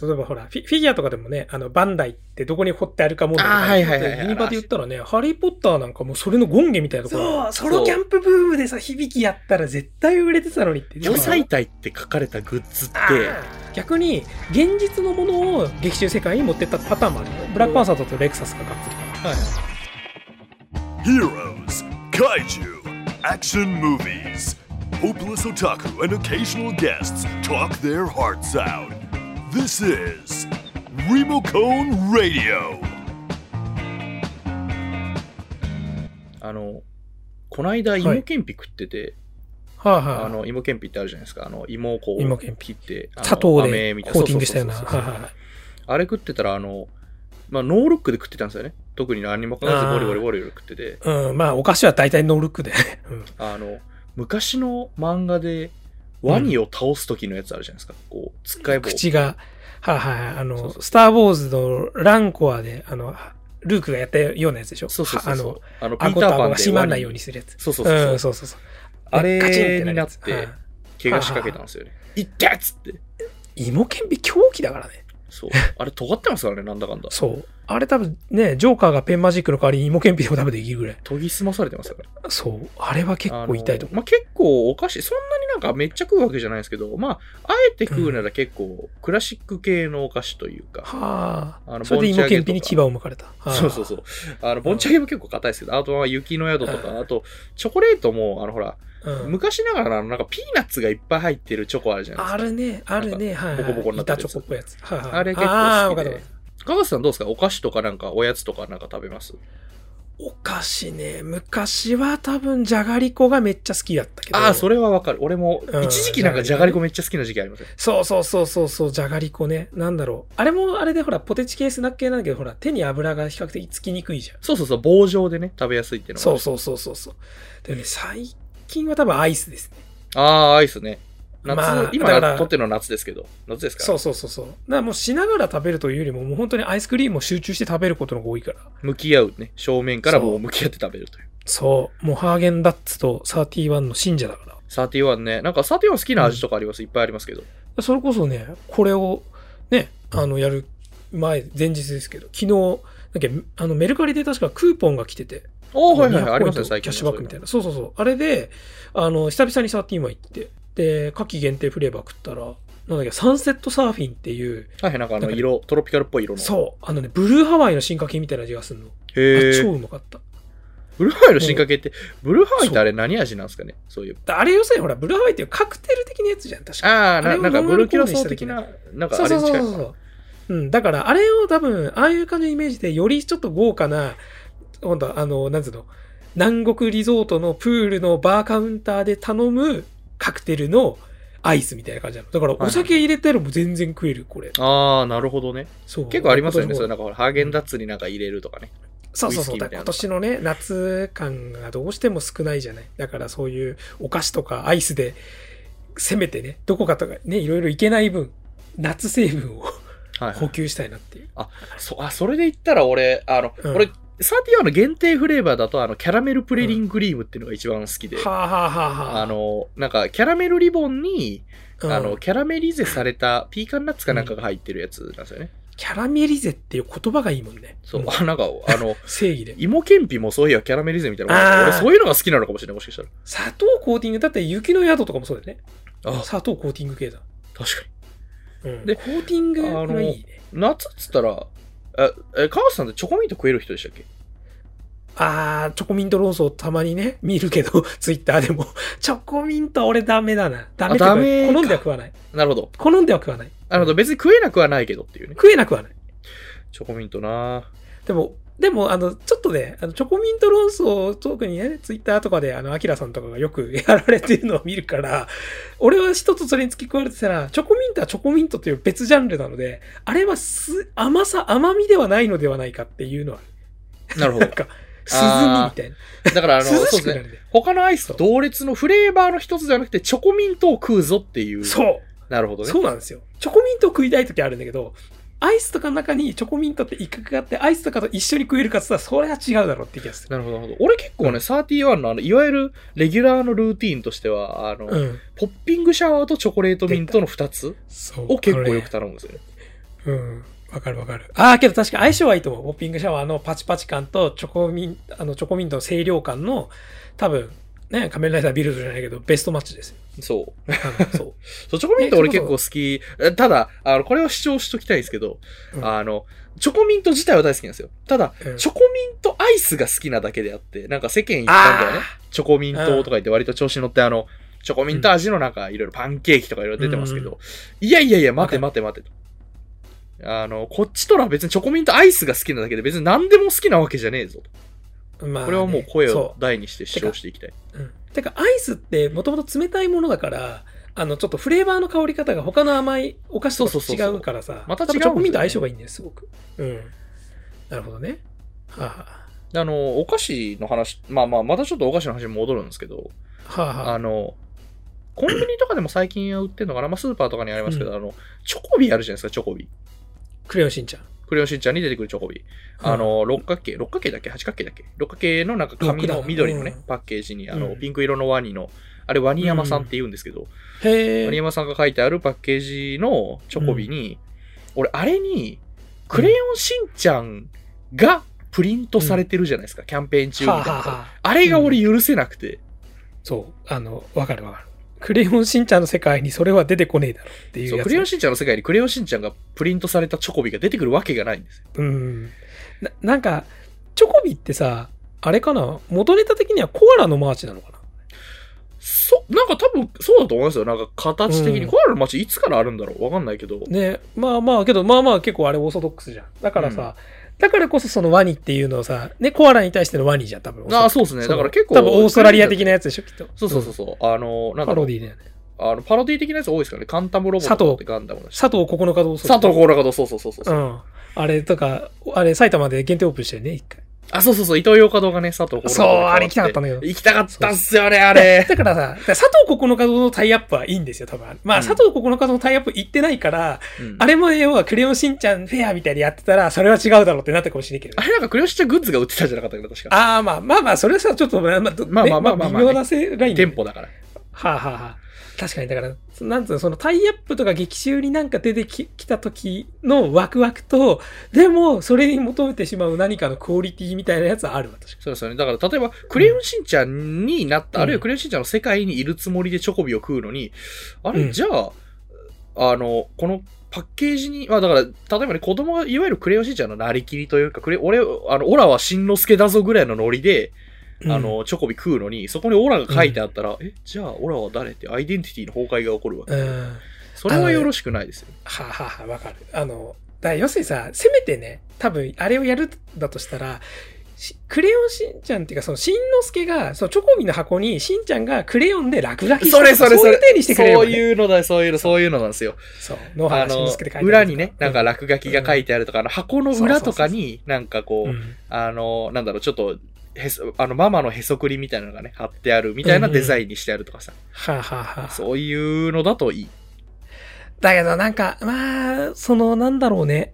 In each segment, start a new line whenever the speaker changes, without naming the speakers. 例えばほら、フィフィギュアとかでもね、あの、バンダイってどこに掘ってあるかもと
あー
か、
はいはいはいはい
ユニバで言ったらね、ハリーポッターなんかもうそれの権限みたいなところ。そう、ソロキャンプブームでさ、響きやったら絶対売れてたのにって。
女祭体って書かれたグッズって、
逆に、現実のものを劇中世界に持ってったパターンもあるよ。ブラックパンサーだとレクサスががっつりかな。
Heroes, kaiju, action movies. Hopeless otaku and occasional guests talk their hearts out. This is Remocone Radio.
あの、こないだ
はい
芋けんぴ食ってて、
はいはい。
あの、芋けんぴってあるじゃないですか。あの、芋をこ
芋けん
う、
ぴ
切って、あの
砂糖
飴
で
み
コ
たいな
ーティングしたような。
そう
は
そうそう
いは
そう
いはい
あれ食ってたら、あの、まあ、ノールックで食ってたんですよね。特に何にも考えず
あー
ゴリゴリゴリゴリ食ってて、
うん、まあ、お菓子は大体ノールックで。うん
あの、昔の漫画で、ワニを倒す時のやつあるじゃないですか。こう、つっかえ棒。
口が、はいはいはい、あ
そう
の
そ、う
スター・ウォーズのランコアで、あの、ルークがやったようなやつでしょ
そうそうそうそう
は。あ
あの、
の、
ピー
顎
タ
と
ーパ
顎
ンで
が閉まんないようにするやつ。
そうそうそうそう
うん、。そうそうそう。
あれ
ガチンって
に
る
な
や
っ
つ
て
は、
怪我しかけたんですよね。いってっつって。
い芋けんぴ狂気だからね。
そう。あれ尖ってますからね、なんだかんだ。
そう。あれ多分ね、ジョーカーがペンマジックの代わりに芋けんぴでも多分できるぐらい。
研ぎ澄まされてますからね。
そう。あれは結構痛いと
あ
思
のまあ、結構お菓子、そんなになんかめっちゃ食うわけじゃないですけど、まあ、あえて食うなら結構クラシック系のお菓子とい
う。
うか、
は
あ
あ。
の
それで芋けんぴに
ぼんち
牙
ゃ
を向かれた。はあ
そうそうそう。あの、ぼんちゃけも結構硬いですけど、あとは雪の宿と
う
か、あと、チョコレートも、あの、ほら、
うん。
昔ながらのなんかピーナッツがいっぱい入ってるチョコあるじゃないです
あ
か。
るね、あるね、はいはい。
ボコボコになってるや
板
つ
チョコっぽいやつ。はいはい
あれ結構好きで
あーわかるわかる
加賀さんどうですかお菓子とかなんかおやつとかなんか食べます
お菓子ね、昔は多分じゃがりこがめっちゃ好きだったけど。
ああ、それはわかる。俺も
う、ん
一時期なんかじゃがりこめっちゃ好きな時期ありますよ。
そうそうそうそうそう、じゃがりこね。なんだろう。あれもあれでほら、ポテチ系スナック系なんだけど、ほら、手に油が比較的つきにくいじゃん。
そうそうそう、棒状でね、食べやすいっていうの
そう
う。
そうそうそうそう。でね、最近は多分アイスですね。
ああ、アイスね。夏、
まあだか
今、
ら
とっての夏ですけど、夏ですか
そ
ら
うそうそうそう。だからもうしながら食べるというよりも、もう本当にアイスクリームを集中して食べることの方が多いから。
向き合うね、正面からも
そう
う向き合って食べるという。
そう。もうハーゲンダッツとサーティワンの信者だから。
31ね、なんか31好きな味とかあります、いっぱいありますけど。
それこそね、これをね、あの、やる前、前日ですけど、昨日、なんか、あの、メルカリで確かクーポンが来てて、
おおはいはいはい、あり
200
ますね、最近。
キャッシュバックみたい
な。
な。そうそうそう。あれで、あの、久々にサーティワン行って、で、夏季限定フレーバー食ったら、なんだっけ、サンセットサーフィンっていう、
はい、なんか
な
あ
ん
の
かね
色、トロピカルっぽい色の。う。
そう、あのね、ブルーハワイの進化系みたいな味がするの。
へ
あ
え
超。うまかった。
ブルーハワイの進化系って、ブルーハワイってあれ何味なんですかねそういう。
あれ要するにほら、ブルーハワイっていうカクテル的なやつじゃん、確か。
ああ、
あ
な
れを
なんか
ロン
ブ
グ
ルーキュラ
コーンに
ソ
した
ー的
時ね
な、なんか
そ
あ
うそうそう
れに近い
そう
のかな。
そう。うん、だから、あれを多分、ああいう感じのイメージで、よりちょっと豪華な、ほんと、あの、なんつうの、南国リゾートのプールのバーカウンターで頼むカクテルのアイスみたいな感じなの。だから、
はい
お酒入れたらもう全然食える、これ。
ああ、なるほどね。
そう。
結構ありますよね。
今
そ
年も
れなんかほらハーゲンダッツになんか入れるとかね。
そうそうそ
ウイスキーみ
う。
た
だから
いな
今年のね、夏感がどうしても少ないじゃない。だから、そういうお菓子とかアイスで、せめてね、どこかとかね、いろいろいけない分、夏成分を
はい、
補給したいなっていう。
そあ、それで言ったら俺、あの、
うん
俺、サーティワンの限定フレーバーだと、あの、キャラメルプレリンクリームっていうのが一番好きで、
はあ、はあはあはあ、
あの、なんか、キャラメルリボンに、
うん
あの、キャラメリゼされたピーカンナッツかなんかが入ってるやつなんですよね。
キャラメリゼっていう言葉がいいもんね。
そ
ん
う、あなんか、あの、
正義で。
芋けんぴもそういやキャラメリゼみたいなのがあっ
あ
て
ー
俺そういうのが好きなのかもしれない、もしかしたら。
砂糖コーティング、だって雪の宿とかもそうだよね。
あ、
砂糖コーティング系だ。
確かに。
うん、で、
で
コーティングがいいね。
夏っつったら、え、え川瀬さんってチョコミント食える人でしたっけ
あー、チョコミント論争たまにね、 見るけど、ツイッターでも。チョコミント俺ダメだな。ダメっていう
あダ
か
メか
好んでは食わない。
なるほど。
好んでは食わない。
あの、別に食えなくはないけどっていうね。
食えなくはない。
チョコミントな
でも、でも、あの、ちょっとね、あの、チョコミント論争、特にね、ツイッターとかで、あの、アキラさんとかがよくやられてるのを見るから、俺は人とそれに付き加われてたら、チョコミントはチョコミントという別ジャンルなので、あれはす、甘さ、甘みではないのではないかっていうのは、
なるほ
な
ど
ん。か、涼みみ
あ
たいな。
だから、あの、
涼
そうで
しく
す
な
ね。
るね。
他のアイスと同列のフレーバーの一つじゃなくて、チョコミントを食うぞっていう。。
そうう。
なるほどね。
そうなんですよ。チョコミントを食いたい時あるんだけど、アイスとかの中にチョコミントって一角があって、アイスとかと一緒に食えるかって言ったら、それは違うだろうって気がする。
なるほど、なるほど。俺結構ね、31の、あの、いわゆる、レギュラーのルーティーンとしては、あの、
うん。
ポッピングシャワーとチョコレートミントの二つ
そう
を結構よ
あのね
く頼むんですよね。
うん。わかるわかる。ああ、けど確か相性はいいと思う。ポッピングシャワーのパチパチ感とチョコミン、あの、チョコミントの清涼感の、多分、ね、仮面ライダービルドじゃないけど、ベストマッチですよ。
そう。
多分 そう。
そう、チョコミント
え
俺
そ
結
も
構好き。えただ、あの、これを主張しときたいんですけど、
うん
あの、チョコミント自体は大好きなんですよ。ただ、
うん
チョコミントアイスが好きなだけであって、なんか世間一般ではね
あ、
チョコミントとか言って割と調子に乗って、あの、チョコミント味のなんかいろいろパンケーキとかいろいろ出てますけど、いやいやいや、待て待て待てと。あの、こっちとら別にチョコミントアイスが好きなだけで別に何でも好きなわけじゃねえぞと。
まあね
これはもう声
そ
を大にして主張していきたい。
う。うん、てか、アイスってもともと冷たいものだから、あの、ちょっとフレーバーの香り方が他の甘いお菓子と
そうそうそう
違
そう
うからさ、
また違うんです
多分
よね
チョコミント相性がいいんです、すごく。うん。なるほどね。は
あの、お菓子の話、まあまあ、またちょっとお菓子の話に戻るんですけど、
あ、はあ、はあ、
あの、コンビニとかでも最近は売ってるのかな、まあ、スーパーとかにありますけど、あの、チョコビあるじゃないですか、チョコビ。
クレヨンしんちゃん。
クレヨンしんちゃんに出てくるチョコビ。あの、六角形、六角形だっけ八角形だっけ六角形のなんか紙
六
の
だ
緑のね、
うん
パッケージに、あの、
うん
ピンク色のワニの、あれワニ山さんって言うんですけど、
うん、へ
ワ
え。
ニ山さんが書いてあるパッケージのチョコビに、俺、あれに、クレヨンしんちゃんがプリントされてるじゃないですか、キャンペーン中みたい
はあ、はあ、
な。
はあ。
あれが俺許せなくて。
そう。あの、わかるわかる。クレヨンしんちゃんの世界にそれは出てこねえだろっていう
そう
やつ。
クレヨンしんちゃんの世界にクレヨンしんちゃんがプリントされたチョコビが出てくるわけがないんですよ。
うん。ななんか、チョコビってさ、あれかな元ネタ的にはコアラのマーチなのかな
そ、なんか多分そうだと思いますよ。なんか形的に。
うん
コアラの街いつからあるんだろうわかんないけど。
ねまあまあけどまあまあ結構あれオーソドックスじゃんだからさ、だからこそそのワニっていうのをさねコアラに対してのワニじゃん多分
ああ、そうですね。
そ
だ
の
から結構。
多分オーストラリア的なやつでしょきっと
そうそうそうそう。あの、なん
パ
だろ
ロ
う
ディーだよね
あのパロディ的なやつ多いですからね。カンタムロボットってガンダムだし。
佐藤9日どうする
佐藤コーラカド、そうそうそうそう
う。んあれとかあれ埼玉で限定オープンしてるね一回
あ、そうそうそう。伊藤洋華堂がね、佐藤コーラカド
そうあれ行きたかったんだけど
行きたかったっすよね、あれ。
だからさだから佐藤9日堂のタイアップはいいんですよ多分まあ、
うん
佐藤9日堂のタイアップ行ってないから
うん
あれも要はクレヨンしんちゃんフェアみたいにやってたらそれは違うだろうってなったかもしれないけどね
あれなんかクレヨンしんちゃんグッズが売ってたじゃなかったかな、確か。
ああまあまあまあそれはさちょっとまあまあど
まあまあまあまあまあ
ね微妙なせラインだよ
店
ね
舗だから。
はあ、はあはあ、確かにだからそなんつうのそのタイアップとか劇中になんか出てききた時のワクワクとでもそれに求めてしまう何かのクオリティみたいなやつはあるわ確か
そうですよね。だから、例えば、クレヨンしんちゃんになっ
う
た、
ん
あるいはクレヨンしんちゃんの世界にいるつもりでチョコビを食うのに、あれ、
うん
じゃあ、あの、このパッケージに、まあだから、例えばね、子供がいわゆるクレヨンしんちゃんのなりきりというか、クレ俺、あの、オラはしんのすけだぞぐらいのノリで、
に
あの、チョコビ食うのに、そこにオラが書いてあったら、え、じゃあ、オラは誰ってアイデンティティの崩壊が起こるわけ。
うん、うん
それはよろしくないですよ。
はあ、はあはあ、わかる。あの、だから要するにさ、せめてね、多分、あれをやるんだとしたら、しクレヨンしんちゃんっていうか、その、しんのすけが、そのチョコビの箱に、しんちゃんがクレヨンで落書きした
それそれそ
そうい
れ
う手にしてくれる、ね。
そういうのだよ、そういうの、そういうのなんですよ。
そう、野
あ
原しんの
の
すけって書いてあ、る
裏にね、なんか落書きが書いてあるとか、あの箱の裏とか
そう
に、なんかこう、
うん
あの、なんだろう、ちょっと、へそ、あの、ママのへそくりみたいなのがね、貼ってあるみたいな
うんうん
デザインにしてあるとかさ、
はあ、はあはあ、
そういうのだといい。
だけどなんか、まあ、そのなんだろうね。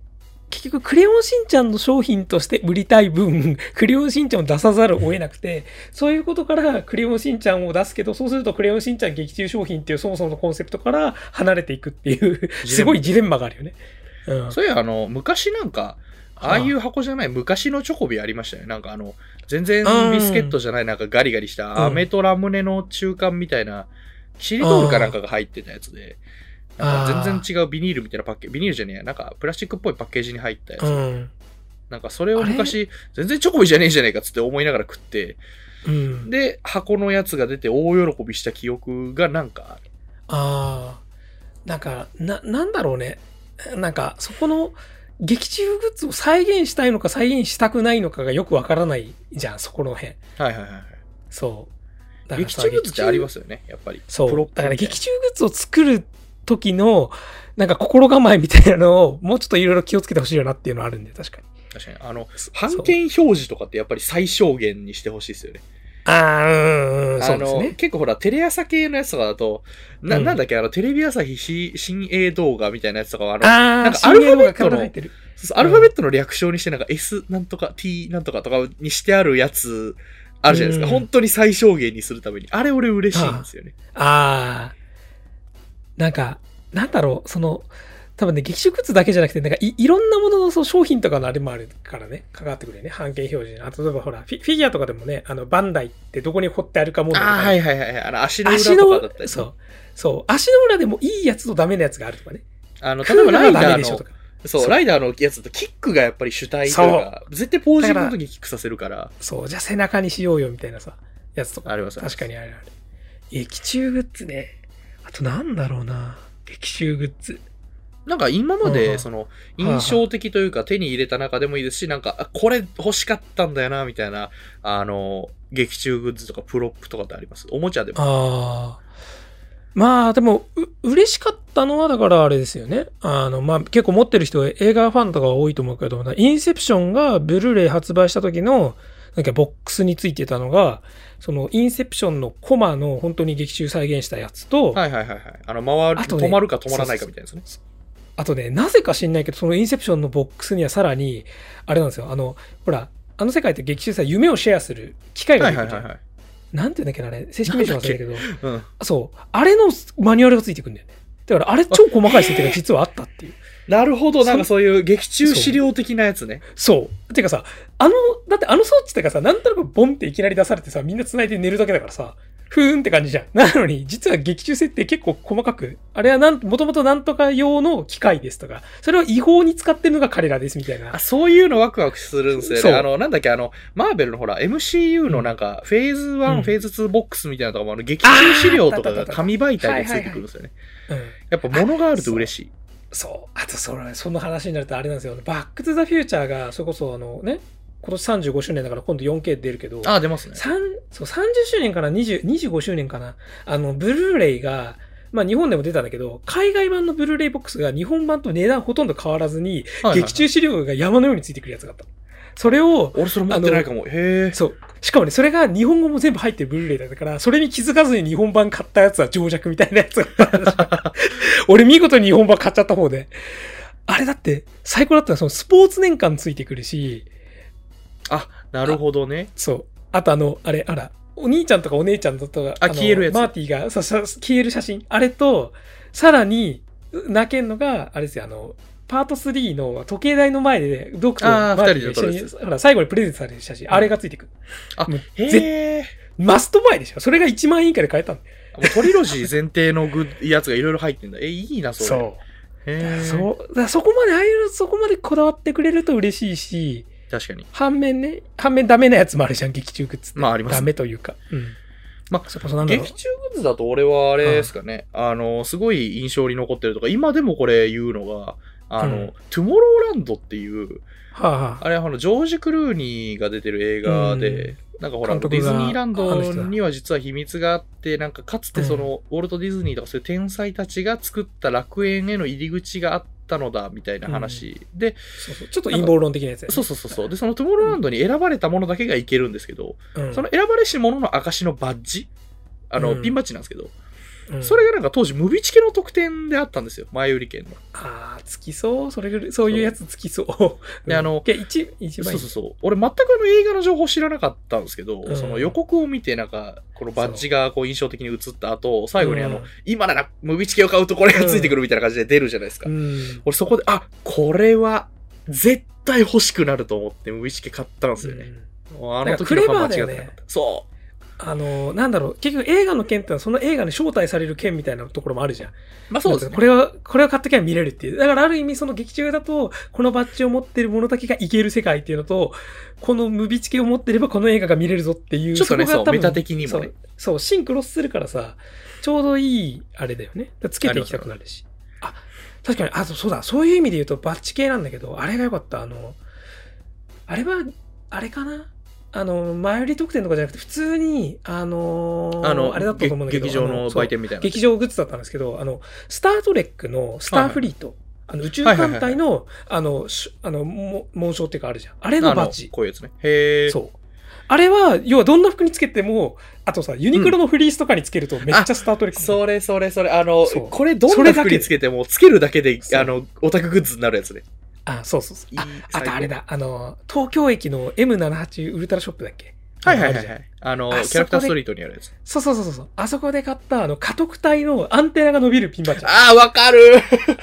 結局、クレヨンしんちゃんの商品として売りたい分、 クレヨンしんちゃんを出さざるを得なくて、そういうことからクレヨンしんちゃんを出すけど、そうするとクレヨンしんちゃん劇中商品っていうそもそものコンセプトから離れていくっていう、すごいジレンマがあるよね。うん。
そういや、あの、昔なんか、ああいう箱じゃない、昔のチョコビありましたよね。なんかあの、全然
うん
ビスケットじゃない、なんかガリガリした、
うん
飴とラムネの中間みたいな、キシリトールかなんかが入ってたやつで、なんか全然違うビニールみたいなパッケージ、ビニールじゃねえや、なんかプラスチックっぽいパッケージに入ったやつ。
うん。
なんかそれを昔、全然チョコビじゃねえじゃねえかっつって思いながら食って、
うん。
で、箱のやつが出て大喜びした記憶がなんかある。
ああ。なんか、な、なんだろうね。なんか、そこの、劇中グッズを再現したいのか再現したくないのかがよくわからないじゃん、そこの辺。
はいはいはい。
そう。
劇中グッズってありますすよね、やっぱり。
そ
プロッ
う
プ。
だから劇中グッズを作る時の、なんか心構えみたいなのを、もうちょっといろいろ気をつけてほしいよなっていうのはあるんで、確かに。
確かに。あの、
そう
判権表示とかってやっぱり最小限にしてほしいですよね。
ああ、うん、うん、
あ
そうです
の、
ね。
結構ほら、テレ朝系のやつとかだと、な、
うん
なんだっけ、あの、テレビ朝日し新鋭動画みたいなやつとかは、あの、
あ
な
あ
ん
ー、
か
新英語が
アルファベットの
体入ってる。
そうそうアルファベットの略称にして、なんか S なんとか T なんとかとかにしてあるやつ、あるじゃないですか。
うん
本当に最小限にするために。あれ俺嬉しいんですよね。
ああ。なんか、なんだろう、その、多分ね、劇中グッズだけじゃなくて、なんかいいろんなもののそう商品とかのあれもあるからね、関わってくるよね、半径表示に。あと、例えばほらフィ、フィギュアとかでもね、あの、バンダイってどこに掘ってあるか問題とか
あ
ね
あ、はいはいはいはい。あの、足の裏
足
とかだ
の
ったり、ね。
そう。そう。足の裏でもいいやつとダメなやつがあるとかね。
あの、例えばライ
クールがダ
ダ
メ
ー
でしょ
の
と、か。
そう、
そう
ライダーのやつだとキックがやっぱり主体というか、絶対ポージングの時にキックさせるから、
そう。じゃあ背中にしようよみたいなさ、やつとか。
あります
確かにあるある。劇中グッズね。あとなんだろうな。劇中グッズ。
なんか今ま
うんう
で、
ん
その、
はいはい
印象的というか、手に入れた中でもいいですし、なんか、あこれ欲しかったんだよな、みたいな、あの、劇中グッズとかプロップとかってありますおもちゃでも。
ああ。まあでも、う、嬉しかったのはだからあれですよね。あの、まあ結構持ってる人映画ファンとか多いと思うけど、インセプションがブルーレイ発売した時の、なんかボックスについてたのが、そのインセプションのコマの本当に劇中再現したやつと、
はいはいはいはい。あの、回る、
あとね
止まるか止まらないかみたいなですね。
あとね、なぜか知んないけど、そのインセプションのボックスにはさらに、あれなんですよ、あの、ほら、あの世界って劇中さ、夢をシェアする機会が
は
出
い
てく
は
る
い
じ
は
ゃ
い
ん
はい。
なんていうんだっけな、あれ、正式名称忘れたけど、
うん。
そう、あれのマニュアルがついてくるんだよね。だから、あれ超細かい設定が実はあったっていう。
なるほど、なん
そ
かそういう劇中資料的なやつね。
そう。てかさ、あの、だってあの装置ってかさ、なんとなくボンっていきなり出されてさ、みんな繋いで寝るだけだからさ、ふーんって感じじゃん。なのに、実は劇中設定結構細かく、あれはなん、もともとなんとか用の機械ですとか、それを違法に使ってるのが彼らですみたいな
あ。そういうのワクワクするんですよ
そう
ね。あの、なんだっけ、あの、マーベルのほら、MCU のなんか、フェーズ1、
うん
フェーズ2ボックスみたいなのとかも、あの、劇中資料
あー
とか
あっ
が
たあったあった
紙媒体でついてくるんですよね。
うん。
やっぱ物があると嬉しい。
そう。あと、それ、その話になるとあれなんですよ。バックトゥザフューチャーが、それこそあのね、今年35周年だから今度 4K 出るけど、
ああ、出ますね。
三そう30周年から20 25周年かな。あの、ブルーレイが、まあ日本でも出たんだけど、海外版のブルーレイボックスが日本版と値段ほとんど変わらずに、
はいはいはい
劇中資料が山のようについてくるやつがあったの。それを、
俺それ持ってないかも。へえ。
そう。しかもね、それが日本語も全部入ってるブルーレイだったから、それに気づかずに日本版買ったやつは情弱みたいなやつ が俺見事に日本版買っちゃった方で。あれだって、最高だったのはそのスポーツ年間ついてくるし、
あ、なるほどね。
そう。あとあの、あれ、あら、お兄ちゃんとかお姉ちゃんとかが、
あ
の
消えるやつ
マーティがそうそう消える写真。あれと、さらに、泣けんのが、あれですよ、あの、パート3の時計台の前で、ドクとマ
あ
ー
ー
ティが一緒
二人で撮
に、
る
ほら、最後にプレゼントされる写真、あれがついてくる。
あ
もう、
へえ。
マストバイでしょそれが1万円以下で買えたんだよ
もうトリロジー前提のグッやつがいろいろ入ってんだ。え、いいな、それ。
う。
へえ。
そう。だからそこまで、ああいう、そこまでこだわってくれると嬉しいし、
確かに。
反面ね、反面ダメなやつもあるじゃん、劇中グッズって。
まあ、ありますね
ダメというか。うん。
ま
そこそなんだろう
劇。中グッズだと俺はあれですかね、あの、すごい印象に残ってるとか、今でもこれ言うのが、あの、
うん
トゥモローランドっていう、
はあ、はあ
あれはあの、ジョージ・クルーニーが出てる映画で、なんかほら、
監
デ
督が
ィズニーラン
あの
ド
人だ
には実は秘密があって、なんかかつてその、ウォルト・ディズニーとかそういう天才たちが作った楽園への入り口があったのだ、みたいな話。で、
そうそう。ちょっと陰謀論的なやつやね
そうそうそうそう。で、そのトゥモローランドに選ばれたものだけがいけるんですけど、
うん
その選ばれし者の証のバッジあの、
うん
ピンバッジなんですけど、
うん
それがなんか当時、ムビチケの特典であったんですよ。前売り券の。
ああ、つきそう。それぐらい、そういうやつつきそう。
であの
いや一、一
そ
番いうい
そうそう。俺全くあの映画の情報知らなかったんですけど、
うん
その予告を見てなんか、このバッジがこう印象的に映った後、最後にあの、
うん
今ならムビチケを買うとこれがついてくるみたいな感じで出るじゃないですか。
うん。
俺そこで、あ、これは絶対欲しくなると思ってムビチケ買ったんですよね。
うん
あの時のファン間
なんかクレバー
違ってな
だよ
かった
ね。
そう。
あの、なんだろう。結局映画の件ってのはその映画に招待される件みたいなところもあるじゃん。
まあそうで すね
こ。れは、これを買っときゃ見れるっていう。だからある意味その劇中だと、このバッジを持ってる者だけがいける世界っていうのと、このムビチケを持ってればこの映画が見れるぞっていう。
ちょっとね、
そこ
そ
が
う、
多
メ
分
タ的に
そ
もね
う。、そう、シンクロするからさ、ちょうどいい、あれだよね。だからつけていきたくなるし。あ、確かに、あ、そうそうだ、そういう意味で言うとバッチ系なんだけど、あれが良かった、あの、あれは、あれかなあの、前売り特典とかじゃなくて、普通に、あのー
あの、
あれだったと思うんだけど、
劇場の売
店
店みたいな。
劇場グッズだったんですけど、あの、スタートレックのスターフリート、あの宇宙艦隊の、あの、しあの、も紋章っていうかあるじゃん。あれの
あ
バ
の
ッジ。
こういうやつね。へえ。
そう。あれは、要はどんな服につけても、あとさ、ユニクロのフリースとかにつけるとめっちゃスタートレック、
それそれそれ、あの、
そう
これど
そ
ん
れ
な
だけ
服につけても、つけるだけで、
そう
あの、オタクグッズになるやつね。
あ、そうそうそう。あ、
いい
あ
最
と
高
あれだ、あの、東京駅の M78 ウルトラショップだっけ
はい
あ
はいは
る
い
じ
は
ゃん
い。あの、
あ
キ
そこで
ャラクターストリートにあるやつ。
そうそうそうそうそう。あそこで買った、あの、家督体のアンテナが伸びるピンバッジ。
ああ、わかる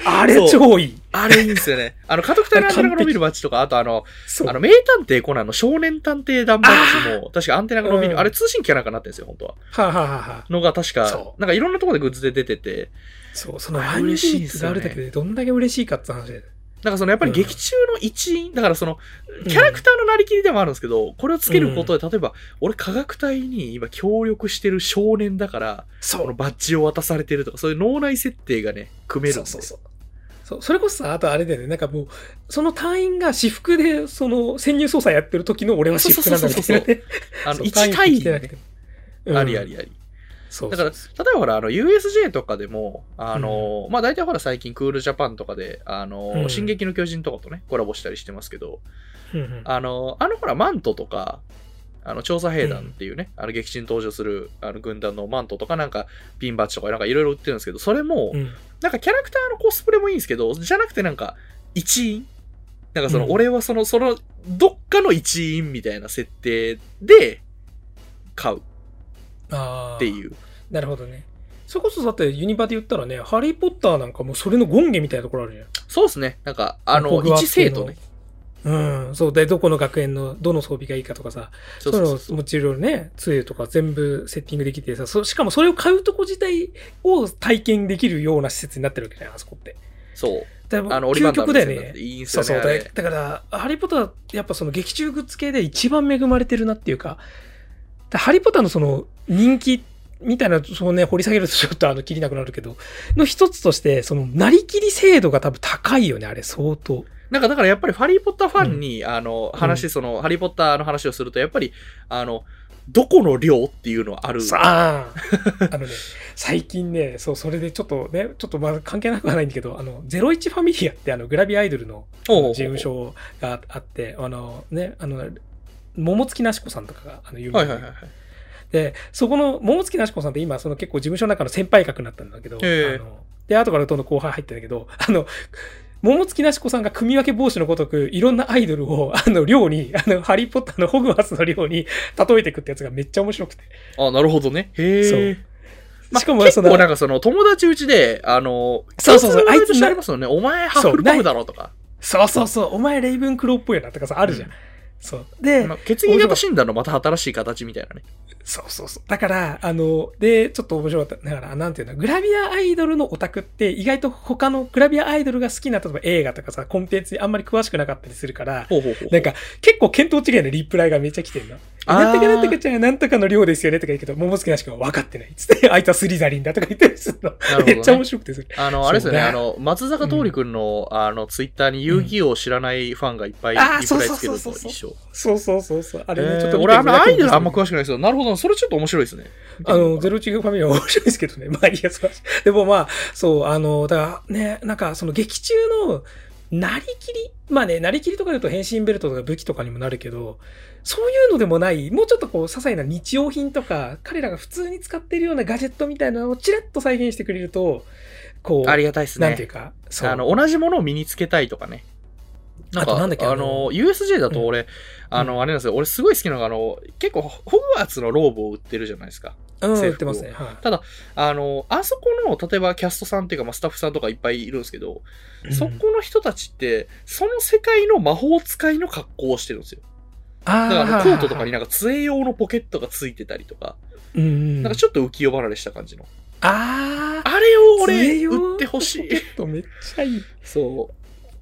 あれ超いい。
あれいいんですよね。あの、家督隊のアンテナが伸びるバッジとか、あとあの、
そう。
あの、名探偵コナンの少年探偵団バッジも、確かアンテナが伸びる、
うん
あれ通信機かなんかになってるんですよ、本当は。
はあ、はあはあはあ、
のが確か
そ、
なんかいろんなところでグッズで出てて、
そう、その
あ
ワ
れ
ンユニ
嬉し
ッ
いで
ト
す
が
よ
あ
ね
るだけでどんだけ嬉しいかって話で。
なんかそのやっぱり
うん
劇中の一員、だからその、キャラクターのなりきりでもあるんですけど、これをつけることで、例えば、俺科学隊に今協力してる少年だから、
そ
こ
う。
のバッジを渡されてるとか、そういう脳内設定がね、組めるん
そ
で
うそうそう。そうそれこそさ、あとあれだよね、なんかもう、その隊員が私服で、その、潜入捜査やってる時の俺は私服なんだみたいなね。
あの、
そう
1対2、ね、、
隊員って着てなくても
ありあ。りあり。
そう
だ
そう
から、例えばほら、あの、USJ とかでも、あの、まあ、大体ほら、最近、クールジャパンとかで、あの、
うん
進撃の巨人とかとね、コラボしたりしてますけど、
うんうん
あの、あのほら、マントとか、あの、調査兵団っていうね、あの、劇中に登場する、あの、軍団のマントとか、なんか、ピンバッジとか、なんか、いろいろ売ってるんですけど、それも、
うん
なんか、キャラクターのコスプレもいいんですけど、じゃなくて、なんか、一員なんか、その、
うん
俺はその、その、どっかの一員みたいな設定で、買う
あ
って
ー
いう。
なるほどね。それこそだってユニバで言ったらね、ハリー・ポッターなんかもうそれの権限みたいなところあるじゃん。
そうですね。なんか、あ
ホ
の、
グワー
一
ツ系
生
の
徒ね。。
うん。そう。で、どこの学園のどの装備がいいかとかさ、
そ
そううい
そうう
の
そう
をもちろんね、杖とか全部セッティングできてさ、そしかもそれを買うとこ自体を体験できるような施設になってるわけじゃん、あそこって。
そう。
だから
あの、オリバ
究
ンダ
極
ーの
だよ
店なん
ね
て。いいんす
そう
よ
そう
ね。あ
だ
れ
だから、ハリー・ポッター、やっぱその劇中グッズ系で一番恵まれてるなっていうか、だハリー・ポッターのその人気みたいな、そうね、掘り下げるとちょっとあの、切りなくなるけど、の一つとして、その、なりきり精度が多分高いよね、あれ、相当。
なんか、だからやっぱり、ハリー・ポッターファンに、あの、話、その、ハリー・ポッターの話をすると、やっぱり、あの、どこの量っていうのはある。
さあ、あ のね、最近ね、そう、それでちょっとね、ちょっとまあ関係なくはないんだけど、あの、ゼロイチファミリアってあの、グラビアアイドルの
おうおうおう
事務所があって、あの、ね、あの、桃月なし子さんとかが、あの、有名
は
ない
はいはいはい。
で、そこの桃月なし子さんって今、その結構事務所の中の先輩格になったんだけど、
ええ
あので、後からどんどん後輩入ってんだけど、あの、桃月なし子さんが組み分け防止のごとく、いろんなアイドルを、あの、寮に、あの、ハリーポッターのホグワーツの寮に例えていくってやつがめっちゃ面白くて。
あ、なるほどね。
そう
へえ。まあ
しかも
結
その
構なんかその、友達うちで、あの、
そうそうそう
あ
あ
い
い
つ
つ
してありますよね。お前、ハッフルパフだろとか。
そうそうそう、お前レイブンクローっぽいよなとかさ、あるじゃん。
う
そう。で
まあ、血液型診断のまた新しい形みたいなね。
そうそうそう。だから、あの、で、ちょっと面白かった。だから、なんていうの、グラビアアイドルのオタクって、意外と他のグラビアアイドルが好きな、例えば映画とかさ、コンテンツにあんまり詳しくなかったりするから、
ほうほうほう。
なんか、結構見当違いのリプライがめっちゃ来てるの。
あー
なんとかなんとかちゃん、なんとかの量ですよねとか言うけど、桃月なしくんは分かってない。つって、あい つはスリザリンだとか言ったりするの。
ほどね
めっちゃ面白くて、それ。
あの、あれですよね、
そう
あ
ね
の、松坂桃李君の、あの、ツイッターに遊戯王を知らないファンがいっぱいリ
うんあー
プライつけると
そうそう
一
そう
緒。
そうそうそうそう。あ
え
れね、ちょっ
ー
と見
俺、
て
あ
みた
の、
ら
アイドルあんま詳しくないですけど、なるほど、それちょっと面白いですね。
あの、ゼロチグファミリーは面白いですけどね。ま あいいや、そうでもまあ、そう、あの、だからね、なんかその劇中の、なりきりまあね、なりきりとか言うと変身ベルトとか武器とかにもなるけど、そういうのでもない、もうちょっとこう、些細な日用品とか、彼らが普通に使ってるようなガジェットみたいなのをちらっと再現してくれると、こう、
ありがたいです
なんていう
ね。
か、そう。
あの、同じものを身につけたいとかね。
あとなんだっけ、
あの、USJ だと俺、あ
う
の、あれなんですよ、俺すごい好きなのが、あの、結構、ホグワーツのローブを売ってるじゃないですか。
うん、
制服を
言ってますね。はい。
あの、あそこの、例えばキャストさんっていうか、まあ、スタッフさんとかいっぱいいるんですけど、そこの人たちって、その世界の魔法使いの格好をしてるんですよ。だからあの
あ
コートとかに
な
なんか杖用のポケットがついてたりとか、
うんうん。
なんかちょっと浮世離れした感じの。
ああ、
あれを
杖
俺、
用
売ってほし
ポケ
い。
ットめっちゃいい。
そう。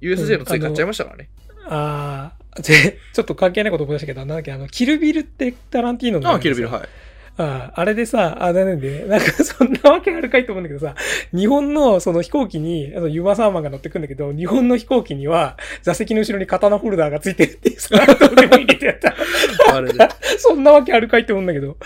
USJ の杖買っちゃいましたからね。
ああ、で、ちょっと関係ないこと思い出したけど、なんだっけ、あの、キルビルってタランティーノの
ああ、キルビル、
あ
はい。
ああれでさ、あ、なんで、なんかそんなわけあるかいと思うんだけどさ、日本のその飛行機に、あの、ユーマサーマンが乗ってくんだけど、日本の飛行機には、座席の後ろに刀ホルダーがついてるっていう さ、どれも入れてやった。
あれで。
そんなわけあるかいって思うんだけど、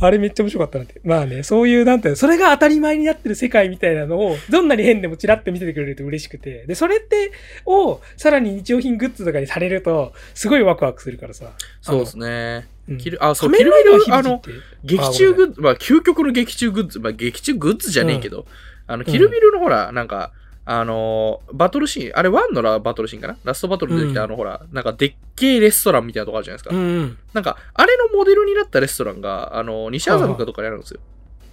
あれめっちゃ面白かったなって。まあね、そういう、なんていうの、それが当たり前になってる世界みたいなのを、どんなに変でもチラッと見ててくれると嬉しくて、で、それって、を、さらに日用品グッズとかにされると、すごいワクワクするからさ。
そうですね。
うん
キルあ、そう、
仮
キ
面
ル
ライダーは響
ビル、あ
き
の
っ、て
劇中グッズ、まあ、究極の劇中グッズ、まあ、劇中グッズじゃねえけど、あの、キルビルのほら、なんか、あのーバトルシーン、あれ1のラバトルシーンかなラストバトルで出てきた、
うん
あのほら、なんかでっけえレストランみたいなとこあるじゃないですか。
うんうん。
なんか、あれのモデルになったレストランが、あのー西麻布かどっかにあるんですよ。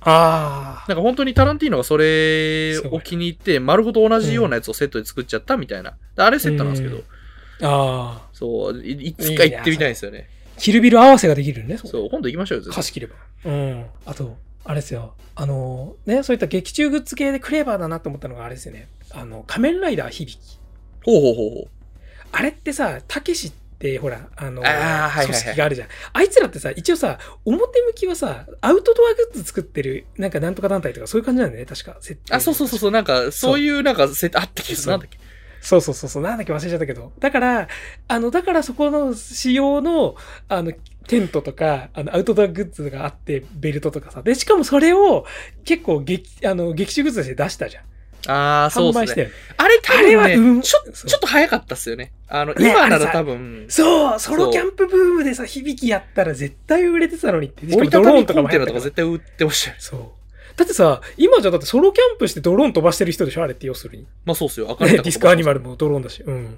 ああ。
なんか本当にタランティーノがそれ
すご
を
い
気に入って、丸ごと同じようなやつをセットで作っちゃったみたいな。であれセットなんですけど、
うんああ。
そう、いいつか行ってみたいんですよね。
ヒルビル合わせができるよね、そこ
そう、今度行きましょうよ、ぜひ
貸し切れば。うん。あと、あれですよ。あの、ね、そういった劇中グッズ系でクレーバーだなと思ったのがあれですよね。あの、仮面ライダー響き。
ほうほうほうほう。
あれってさ、たけしってほら、あの、
あーはいはいはい
組織があるじゃん。あいつらってさ、一応さ、表向きはさ、アウトドアグッズ作ってる、なんかなんとか団体とかそういう感じなんだよね、確か。設定
あ、そうそうそうそう、なんか、そういうなんかセットあった気がする。
そ
な
うん
だっけ
そうそうそうそう、なんだっけ忘れちゃったけど。だから、あの、だからそこの仕様の、あの、テントとか、あの、アウトドアグッズがあって、ベルトとかさ。で、しかもそれを、結構、劇、あの、劇中グッズとして出したじゃん。
ああ、そう
販売
で
し
す
た
ね。
よね。
あれ多分、ね、
あれはうん
ちょ
そう
ちょっと早かったっすよね。あの、
ね
今な
あれ
ら
さ
多分、
そうソロキャンプブームでさ、響きやったら絶対売れてたのにって。しか
折
も
り
ド
た
ロ
た
ーン
み
と
コ
か
ン
も
テ
流行
ナ
った
と
か
から絶対売ってましたよね。
そう。だってさ、今じゃだってソロキャンプしてドローン飛ばしてる人でしょあれって要するに。
まあそうっすよ。赤
ね、 ディスクアニマ
ル。
ルもドローンだし。うん。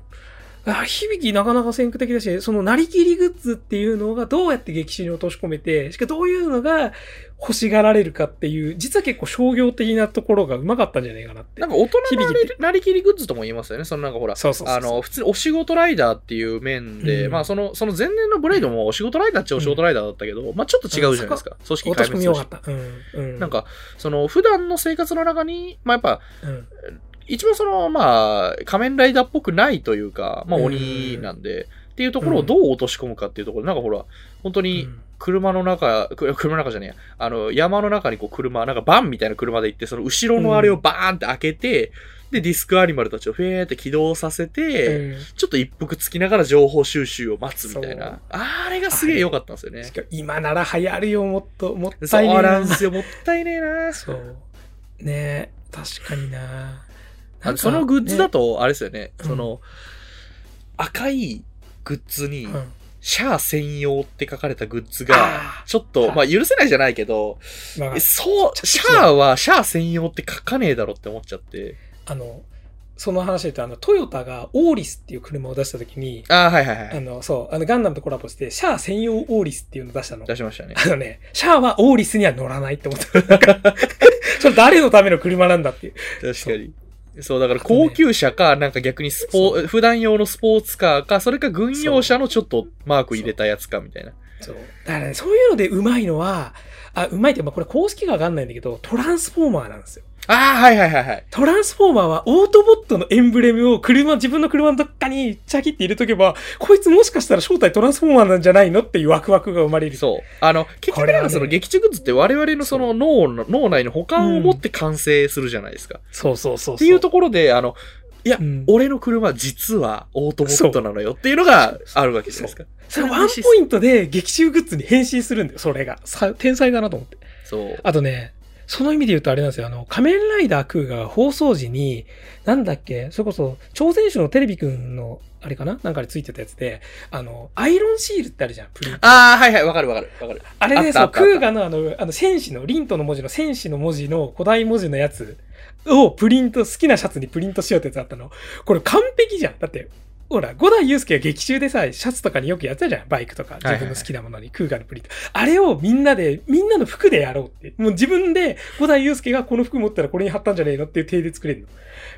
あ響きなかなか先駆的だし、そのなりきりグッズっていうのがどうやって劇中に落とし込めて、しかもどういうのが欲しがられるかっていう、実は結構商業的なところがうまかったんじゃないかなって。
なんか大人のな
響い
りなりきりグッズとも言いますよね。そのなんかほら、
そうそうそう
あ
そう
の、普通にお仕事ライダーっていう面で、
うん
まあその、その前年のブレイドもお仕事ライダーっちゃお仕事ライダーだったけど、まあちょっと違うじゃないですか。組織
落と
壊
し込
滅
み
す
よ
る
か
し
っ。た。うん。うん。
なん、か、その、普段の生活の中に、まあやっぱ、
うん。
一番その、まあ、仮面ライダーっぽくないというか、まあ、
うん
鬼なんで、っていうところをどう落とし込むかっていうところ、なんかほら、本当に
うん
車の中、く車の中じゃねえや、あの、山の中にこう車、なんかバンみたいな車で行って、その後ろのあれをバーンって開けて、で、ディスクアニマルたちをフェーって起動させて、
うん
ちょっと一服つきながら情報収集を待つみたい
そう
な。あれがすげえ良かったんですよね
し。かも今なら流行るよ、もっと。もっ
そ
た
う
いねえ
なん
な
で。すよ、もったいねえな。
そう。ね確かにな
あのそのグッズだ
と、
と、あれですよね、
うん
その、赤いグッズに
ね、うん
シャア専用って書かれたグッズ
あ
が、
ー
ちょっと、まあ許せないじゃないけど、
わかる
そう、
ちょっと
シャアはシャア専用って書かねえだろって思っちゃって。
あの、その話で言うと、あの、トヨタがオーリスっていう車を出したときに、
ああ、はいはいは
あ
い。
の、そう、あの、ガンダムとコラボして、シャア専用オーリスっていうのを出したの。
出しましたね。
あのね、シャアはオーリスには乗らないって思った。なんかそれ誰のための車なんだっていう。
確かに。そう、だから高級車か、なんか逆にスポ
そ
ー、普段用のスポーツカーか、それか軍用車のちょっとマーク入れたやつかみたいな。
そう。だからね、そういうのでうまいのは、あ、うまいって、まあ、これ公式がわかんないんだけど、トランスフォーマーなんですよ。
ああ、はいはいはいはい。
トランスフォーマーはオートボットのエンブレムを車、自分の車のどっかにチャキって入れとけば、こいつもしかしたら正体トランスフォーマーなんじゃないのっていうワクワクが生まれる。
そう。あの、結
こ
局
れ
な
は
ん
ね
かその劇中グッズって我々のその脳の、脳内の補完を持って完成するじゃないですか。
そうそうそうそう。
っていうところで、あの、いや、
うん
俺の車実はオートボットなのよっていうのがあるわけじゃないですか。
それワンポイントで劇中グッズに変身するんだよ、それが。さ天才だなと思って。
そう。
あとね、その意味で言うとあれなんですよ、あの、仮面ライダークーが放送時に、なんだっけ、それこそ、朝鮮種のテレビくんの、あれかななんかについてたやつで、あの、アイロンシールってあるじゃん、プリン。
ああ、はいはい、わかるわかる。わかる。
あれ
あ
で、
っ
そ
たあ
の
っ
ク
たあった
ーガのあの、あの、戦士の、リントの文字の戦士の文字の古代文字のやつをプリント、好きなシャツにプリントしようってやつあったの。これ完璧じゃん。だって、ほら、五代祐介が劇中でさ、シャツとかによくやってたじゃん。バイクとか、
はい
自分の好きなものに、クーガのプリント。あれをみんなで、みんなの服でやろうって。もう自分で、五代祐介がこの服持ったらこれに貼ったんじゃねえのっていう体で作れるの。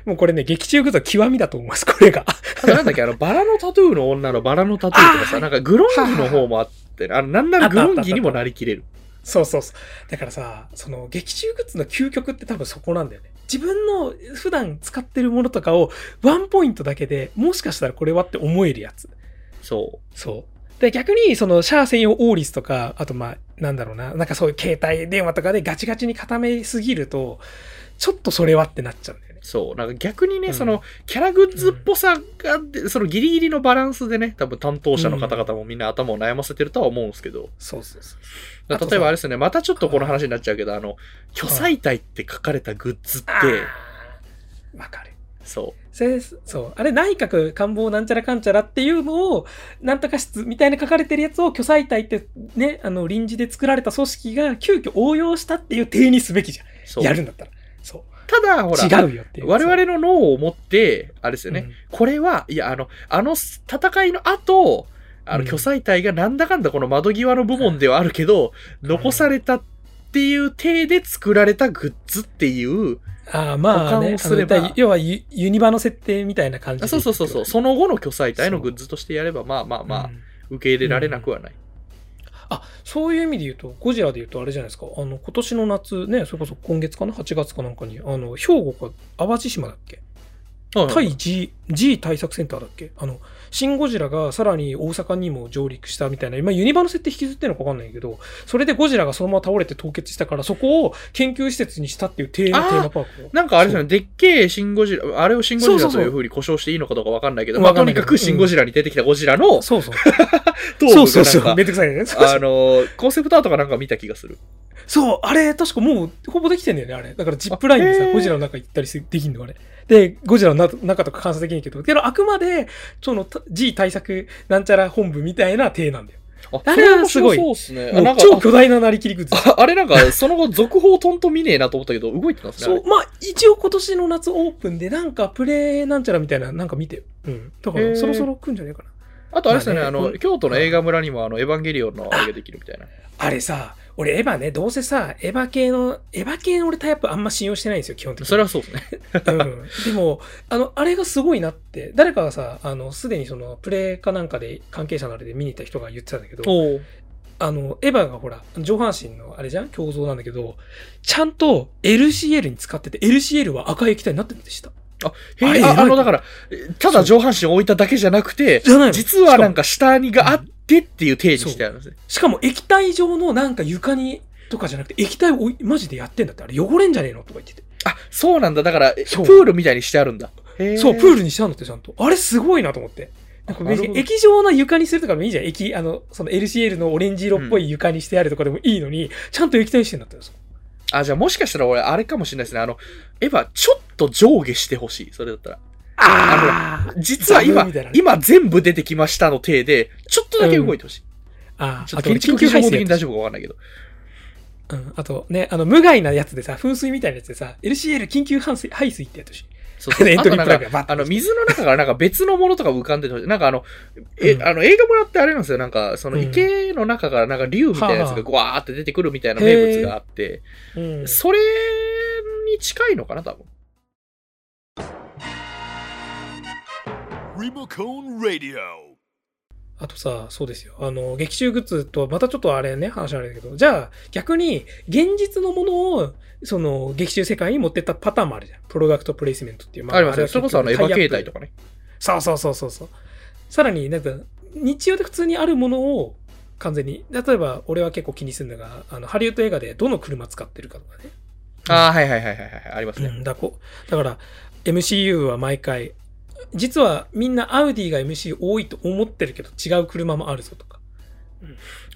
もうこれね、劇中グッズは極みだと思います、これが。
あとなんだっけ、あの、 バラのタトゥーの女のバラのタトゥーとか
あー
さ、なんかグロンギの方もあってね、あの、なんならグロンギにもなりきれる。
そうそうそう。だからさ、その劇中グッズの究極って多分そこなんだよね。自分の普段使ってるものとかをワンポイントだけでもしかしたらこれはって思えるやつ。
そ
そう。で、逆に、その、シャア専用オーリスとか、あと、まあ、なんだろうな、なんかそういう携帯電話とかでガチガチに固めすぎると、ちょっとそれはってなっちゃうんだよね
う。。そう。なんか逆にね、
うん
その、キャラグッズっぽさがあって、そのギリギリのバランスでね、多分担当者の方々もみんな頭を悩ませてるとは思うんですけど、
そうそうそう。
だから例えばあれですよね、またちょっとこの話になっちゃうけど、あの、巨彩体って書かれたグッズって
あ、ーわかる。
そう。
それですそう。あれ、内閣官房なんちゃらかんちゃらっていうのを、なんとか室みたいな書かれてるやつを、巨彩隊ってね、あの、臨時で作られた組織が急遽応用したっていう体にすべきじゃん。
そう
やるんだったら。そう。
ただ、ほら、
違うよっていう。
我々の脳を持って、あれですよね、これは、いや、あの、あの戦いの後、あ
う
の、
ん
巨彩隊がなんだかんだこの窓際の部門ではあるけど、
うん
残されたっていう体で作られたグッズっていう、
うんああ、まあ
保管
ね
を、すれば
あのだい要はユユニバの設定みたいな感じ
あ
で。
そうそうそうそう、
ってこ
その後の巨彩隊のグッズとしてやれば、まあまあ
と
まあ、
うん
受け入れられなくはない。
あそういう意味で言うと、ゴジラで言うとあれじゃないですか、あの今年の夏、ね、それこそ今月かな、8月かなんかに、あの兵庫か淡路島だっけ、
はいはい
対 G, G 対策センターだっけ、あのシン・ゴジラがさらに大阪にも上陸したみたいな、今、ユニバの設定引きずってるのか分かんないけど、それでゴジラがそのまま倒れて凍結したから、そこを研究施設にしたっていうテーマ
あー
テーマパークを。
なんかあれですよね、でっけえシンゴジラ、あれをシンゴジラというふうに故障していいのかどうかわかんないけど、まあ
わか
と
んな
に
いけ
か
ど
くシンゴジラに出てきたゴジラの
そう そう。そ
頭
う
部
そう
が
そ
な
う。
んか、
めんどくさいね。そうそ
あ
う
の、コンセプトアートかなんか見た気がする。
そう、あれ、確かもう、ほぼできてんだよね、あれ。だから、ジップラインで
あへ
さ、
ー
ゴジラの中行ったりすできんの、あれ。で、ゴジラの中中とか観察できんけど、けど、あくまで、その、た G 対策なんちゃら本部みたいな体なんだよ。
あ、
あれはすごい
それ面白そうですね。あ
も
な
うん
か、
超巨大ななりきりグッズ。
ああれなんか、その後、続報とんと見ねえなと思ったけど、動いてますね。
そ
あれ
う、まあ、一応今年の夏オープンで、なんか、プレイなんちゃらみたいな、なんか見てよ。うん。だか
へー
ら、そろそろ来んじゃねえかな。
あと、あれですよね、
ま
あ
あね
の、京都の映画村にも、あの、エヴァンゲリオンのあれができるみたいな。
あれさ、俺、エヴァね、どうせさ、エヴァ系の、エヴァ系の俺タイプあんま信用してないんですよ、基本的に。
それはそうですね。
うんでも、あの、あれがすごいなって、誰かがさ、あの、すでにその、プレイかなんかで、関係者のあれで見に行った人が言ってたんだけど、
お
あの、エヴァがほら、上半身のあれじゃん胸像なんだけど、ちゃんと LCL に使ってて、LCL は赤い液体になってるんでした。あ
へえ、
れ偉い
ああの、だから、ただ上半身置いただけじゃなくて、
じゃないの
実はなんか下にがあってっていう定義してあるんですね。
しかも液体状のなんか床に、とかじゃなくて、液体をおいマジでやってんだって、あれ汚れんじゃねえのとか言ってて。
あ、そうなんだ。だから、えプ
そう
ールみたいにしてあるんだ。
そう、プー
ル。
ルにしたんだって、ちゃんと。あれすごいなと思って。なんか
なるほど
液状な床にするとかもいいじゃん。液、あの、その LCL のオレンジ色っぽい床にしてあるとかでもいいのに、ちゃんと液体してんだったよ。
あ、じゃあもしかしたら俺、あれかもしれないですね。あの、エヴァ、ちょっと上下してほしい。それだったら。
ああ
実は
ダ
今
ブルみたいな、ね
今全部出てきましたの体で、ちょっとだけ動いてほしい。
あ
ち
ー
ょっ
あと、
と建
緊
築
急
基
配
本
線
的に
や
大
つ
丈夫かわかんないけど。
うん。あとね、あの、無害なやつでさ、噴水みたいなやつでさ、LCL 緊急排水排水ってやつし。
そうそ う。
エン
あ
トリ
と
ー
なん
プラグ
か、
がバッ
あの、水の中からなんか別のものとか浮かんでてほしい。なんかあの、え、
うん
あの、映画村ってあれなんですよ。なんか、その
うん
池の中からなんか竜みたいなやつ
は
が
あ
グワーって出てくるみたいな名物があって、
うん
それに近いのかな、多分。
Remocone Radio.
あとさ、そうですよ。あの、劇中グッズとはまたちょっとあれね、話あれだけど、じゃあ、逆に、現実のものを、その、劇中世界に持ってったパターンもあるじゃん。プロダクトプレイスメントっていう。ま
ありますね。それこそあの、エヴァ形態と
か。
かね。
そうそうそうそうそう。さらに、なんか、日常で普通にあるものを、完全に。例えば、俺は結構気にするのが、あの、ハリウッド映画でどの車使ってるかとかね。
ああ、はいはいはいはいはい。ありますね。
うん、だこだから MCU は毎回実はみんなアウディが MC 多いと思ってるけど違う車もあるぞとか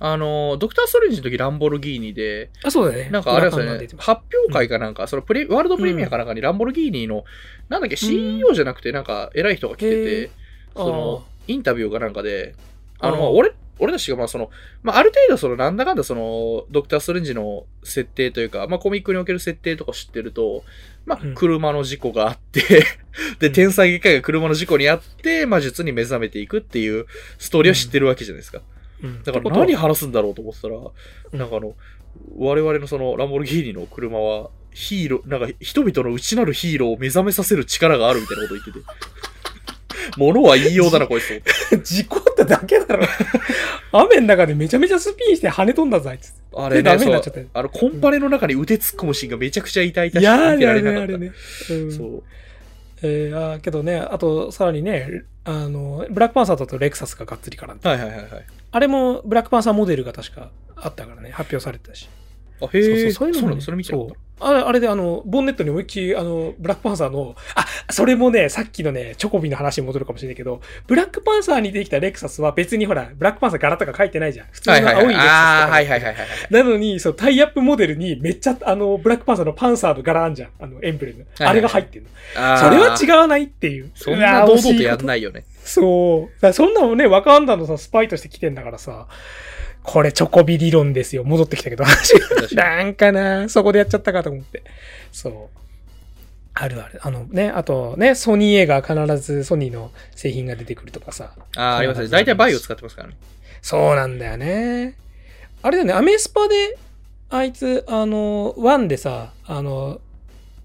あの、ドクター・ストレンジの時ランボルギーニで、
あそうだね
なんかあれですよ
裏看板出
ね
て、ます
発表会かなんか、そのプレワールドプレミアかなんかにランボルギーニの、なんだっけ、CEO じゃなくて、なんか偉い人が来て
へ
て
ー、
その、インタビューかなんかで、あの、
あー
まあ俺、俺たちが、まあ、その、まあ、ある程度、その、なんだかんだ、その、ドクター・ストレンジの設定というか、まあ、コミックにおける設定とか知ってると、まあ
うん、
車の事故があ って、で、天才外科医が車の事故にあって、魔術に目覚めていくっていうストーリーは知ってるわけじゃないですか。
うん
だか
ってこ
ら
とは
何話すんだろうと思ってたら、
ん
なんかあの、我々のそのランボルギーニの車は、ヒーロー、なんか人々の内なるヒーローを目覚めさせる力があるみたいなこと言ってて。 物は言いようだな、こいつと思って。
事故っただけだろ 雨の中でめちゃめちゃスピンして跳ね飛んだぞあいつ
あ
で
れ
ダ
ね、
メ
そ
にな
う
っちゃったよ
あの、コンパネの中に腕突っ込むシーンがめちゃくちゃ痛々しく
い
て
やあ
見
れ
てら
あ
れな
れ
か
あ
った
れ。ね、うん
そう。
えーあーけどねあとさらにねあのブラックパンサーだとレクサスががっつり絡んで
はいはいはいはい。
あれもブラックパンサーモデルが確かあったからね発表されてたし
あ、へえ、
そうそうそういうのもね
そうなんだ、それ見ちゃっ
そうあれあれであのボンネットに思いっきりあのブラックパンサーのあそれもねさっきのねチョコビの話に戻るかもしれないけどブラックパンサーに出てきたレクサスは別にほらブラックパンサー柄とか書いてないじゃん普通
た。
の
は
青い
い
レク
は
サスとか
いはい。ああ、はいはいはいはい。
なのにそうタイアップモデルにめっちゃあのブラックパンサーのパンサーの柄あんじゃんあのエンブレム、
はいはい
あれが入ってるの
あー
それは違わないっていう
そんな堂々とやん
い
ないよね。
そうだからそんなのねワカンダのさスパイとして来てんだからさこれチョコビ理論ですよ戻ってきたけど話が
確かに
なんかな、そこでやっちゃったかと思って。そう。あるある。あのね、あとね、ソニー映画必ずソニーの製品が出てくるとかさ。
ああ、あ りますね。大体バイオ使ってますからね。
そうなんだよね。あれだよね、アメスパで、あいつ、あの、ワンでさ、あの、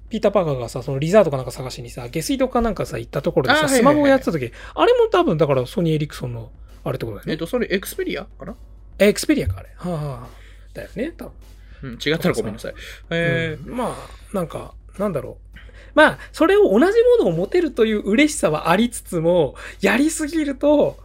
ピーター・パーカーがさ、そのリザードかなんか探しにさ、下水道かなんかさ、行ったところで
あー
さ、
はいはい
スマ
はい
ホをやってた時、あれも多分、だからソニー・エリクソンの、あれってことだよ
えっ
ね。
と、それエクスペリアかな
え、エクスペリアか、あれ。はあ、はあ、だよね、多分。
うん、違ったらごめんなさい。え
うんまあなんかなんだろうまあそれを同じものを持てるという嬉しさはありつつもやりすぎると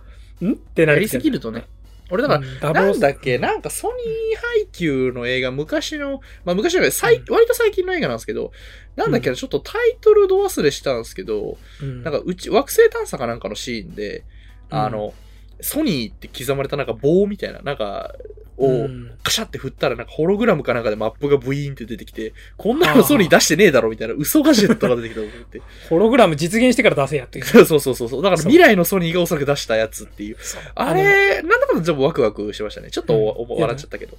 んって
ー、
な
や
り
りすぎるとね。俺だから、
ら
なんだっけ、なんかソニー配給の映画、昔の、まあ昔の映画、最
うん
割と最近の映画なんですけど、なんだっけな、ちょっとタイトルど忘れしたんですけど、なんかうち、惑星探査かなんかのシーンで、あの、ソニーって刻まれたなんか棒みたいな、なんか、を、カシャって振ったらなんかホログラムかなんかでマップがブイーンって出てきて、こんなのソニー出してねえだろみたいな嘘ガジェットが出てきたと思 って。
ホログラム実現してから出せやっていう
そうそうそうそう。だから
そう
未来のソニーがおそらく出したやつっていう。あ
の
れ、なんだかんだちょっとワクワクしましたね。ちょっとお
うん
お笑っちゃったけど。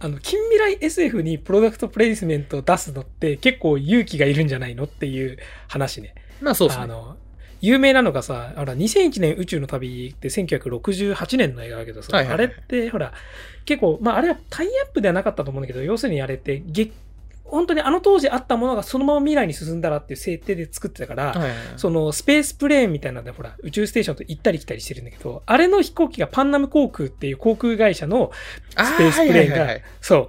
あの近未来 SF にプロダクトプレイスメントを出すのって結構勇気がいるんじゃないのっていう話ね
まあそうです
あ
ね。
の有名なのがさ、あら2001年宇宙の旅って1968年の映画だけどさ、
はいはいはい
あれってほら、結構、まああれはタイアップではなかったと思うんだけど、要するにあれって、げ本当にあの当時あったものがそのまま未来に進んだらっていう設定で作ってたから、
はいはいはい
そのスペースプレーンみたいなので、ほら、宇宙ステーションと行ったり来たりしてるんだけど、あれの飛行機がパンナム航空っていう航空会社の、
あ
スペースプレーンが
はいはいはい
そ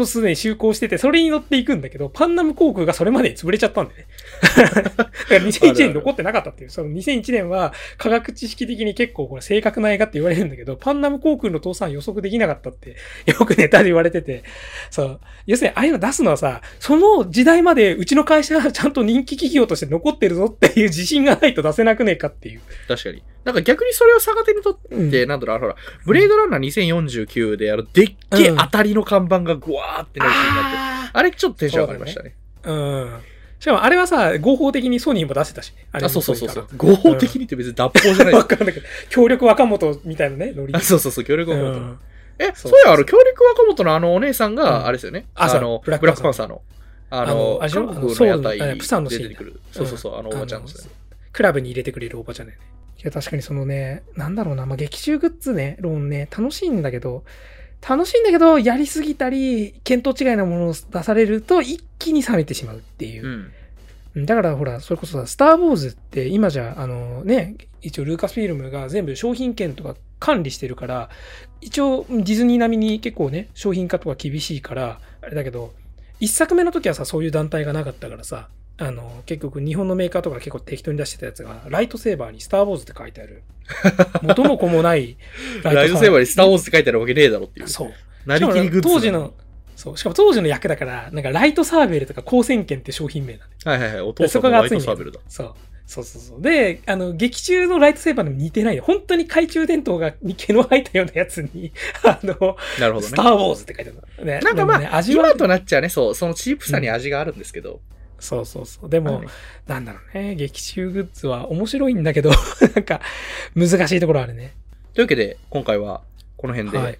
うし、すでに就航してて、それに乗っていくんだけど、パンナム航空がそれまでに潰れちゃったんだよ ね。だから2001年に残ってなかったっていう、その2001年は科学知識的に結構これ正確な映画って言われるんだけど、パンナム航空の倒産予測できなかったって、よくネタで言われてて、そう。要するに、ああいうの出すのはさ、その時代までうちの会社はちゃんと人気企業として残ってるぞっていう自信がないと出せなくねえかっていう。
確かに。なんか逆にそれを逆手にとっ
うん
て、なんだろう、あのほら、ブレードランナー2049で、あの、でっけえ
うん
当たりの看板がぐわーってなるシーンがあって、
あ
あれちょっとテンション上がりましたね。
ーうん。しかもあれはさ、合法的にソニーも出せたしね。あれも
あ、そうそうそう
ソ
そ
ニー
う
か。
合法的にって別に脱法じゃない
ら。。わかんないけど、協力若元みたいなね、ノリ
あ。そうそうそう、協力を求め
うん
え、
そ
そううや、あの、協力若元のあのお姉さん
うん
が、あれですよね。
あ
あ
そう
の、
ブ
ブ
ラ
ラ
ック
ッ
パ
ク
パ
パ
ン
ン
サ
サ
ー
ーの、あ
あの
の、
あれでしょ
韓
あ
国
の
の屋
ソウルあ
台
プサンのシーン
出
だ
てくる。
う
そ
ん
うそうそう、あのおばちゃんですね。
クラブに入れてくれるおばちゃんだよね。いや、確かにそのね、なんだろうな、まあ、劇中グッズね、ローンね、楽しいんだけど、楽しいんだけど、やりすぎたり、見当違いなものを出されると、一気に冷めてしまうっていうう。
ん。
うんだからほら、それこそさ、スター・ウォーズって、今じゃ、あのね、一応ルーカスフィルムが全部商品券とか管理してるから、一応ディズニー並みに結構ね、商品化とか厳しいから、あれだけど、一作目の時はさ、そういう団体がなかったからさ、あの、結局日本のメーカーとか結構適当に出してたやつが、ライトセーバーにスター・ウォーズって書いて ある。元も子もない
ライドセーバーにスターウォーズって書いてあるわけねえだろっていう。
そう。
なりきりグッズ。
しかも当時。の、そう、しかも当時の役だから、なんかライトサーベルとか光線券って商品名なんだよ
はいはいはい、お
で
父
そ
さんの
こが
ライ
熱い
ト
んだ
サ
よ
ーベルだ。
そう。そうそうそう。で、あの、劇中のライトセーバーでも似てないの本当に懐中電灯が、に毛の生えたようなやつに、 あの、
なるほど
ス
ね
タ。ーウォーズって書いてあるの。ね
なんかま
でもね
あ、
味わ
今
う
となっちゃね、そう、そのチープさに味があるんですけど。
そうそうそう。でも、
はい
なんだろうね。劇中グッズは面白いんだけど、 なんか、難しいところあるね。
というわけで、今回は、この辺で。
はい。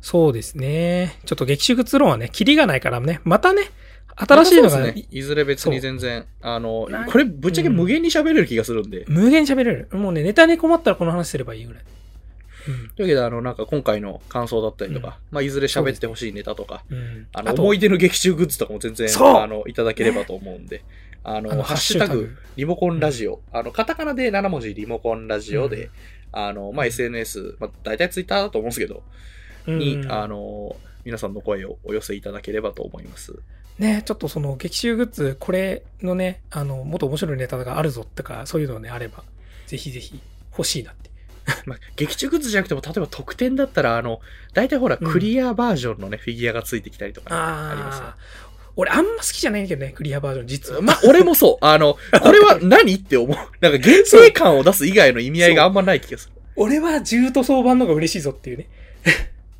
そうですね。ちょっと劇中グッズ論はね、キリがないからね、またね、新しいの
ま
が、
あそうですね。いずれ別に全然、あの
なん、
これぶっちゃけ無限に喋れる気がするんで。
無限に喋れる。もうね、ネタに困ったらこの話すればいいぐらい。うん
というわけで、あの、なんか今回の感想だったりとか、まあ、いずれ喋ってほしいネタとか、。
うん。
あの、
と
思い出の劇中グッズとかも全然、
そう
あの、いただければと思うんで、あの、
あの
ハッシュタグ、リモコンラジオ、あの、カタカナで7文字リモコンラジオで、
うん
あの、まあ、SNS、まあ、大体ツイッターだと思うんですけど、に、あの、皆さんの声をお寄せいただければと思います。
ね、ちょっとその劇中グッズ、これのね、あの、もっと面白いネタがあるぞとか、そういうのね、あれば、ぜひぜひ欲しいなって。
まあ、劇中グッズじゃなくても、例えば特典だったら、あの、大体ほら、
うん
クリアバージョンのね、フィギュアがついてきたりとかね、ありますね
あ。俺あんま好きじゃないんだけどね、クリアバージョン、実は。
まあ、俺もそう。あの、こ れは何って思う。なんか限定感を出す以外の意味合いがあんまない気がする。
俺は中塗装版の方が嬉しいぞっていうね。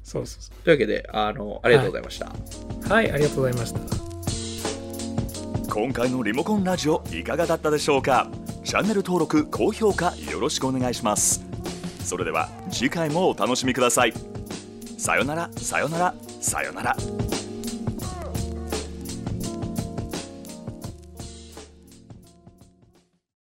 そうそうそ
というわけで、あの、ありがとうございました。
う。はい、ありがとうございました。
今回のリモコンラジオいかがだったでしょうかチャンネル登録高評価よろしくお願いしますそれでは次回もお楽しみくださいさよならさよならさよなら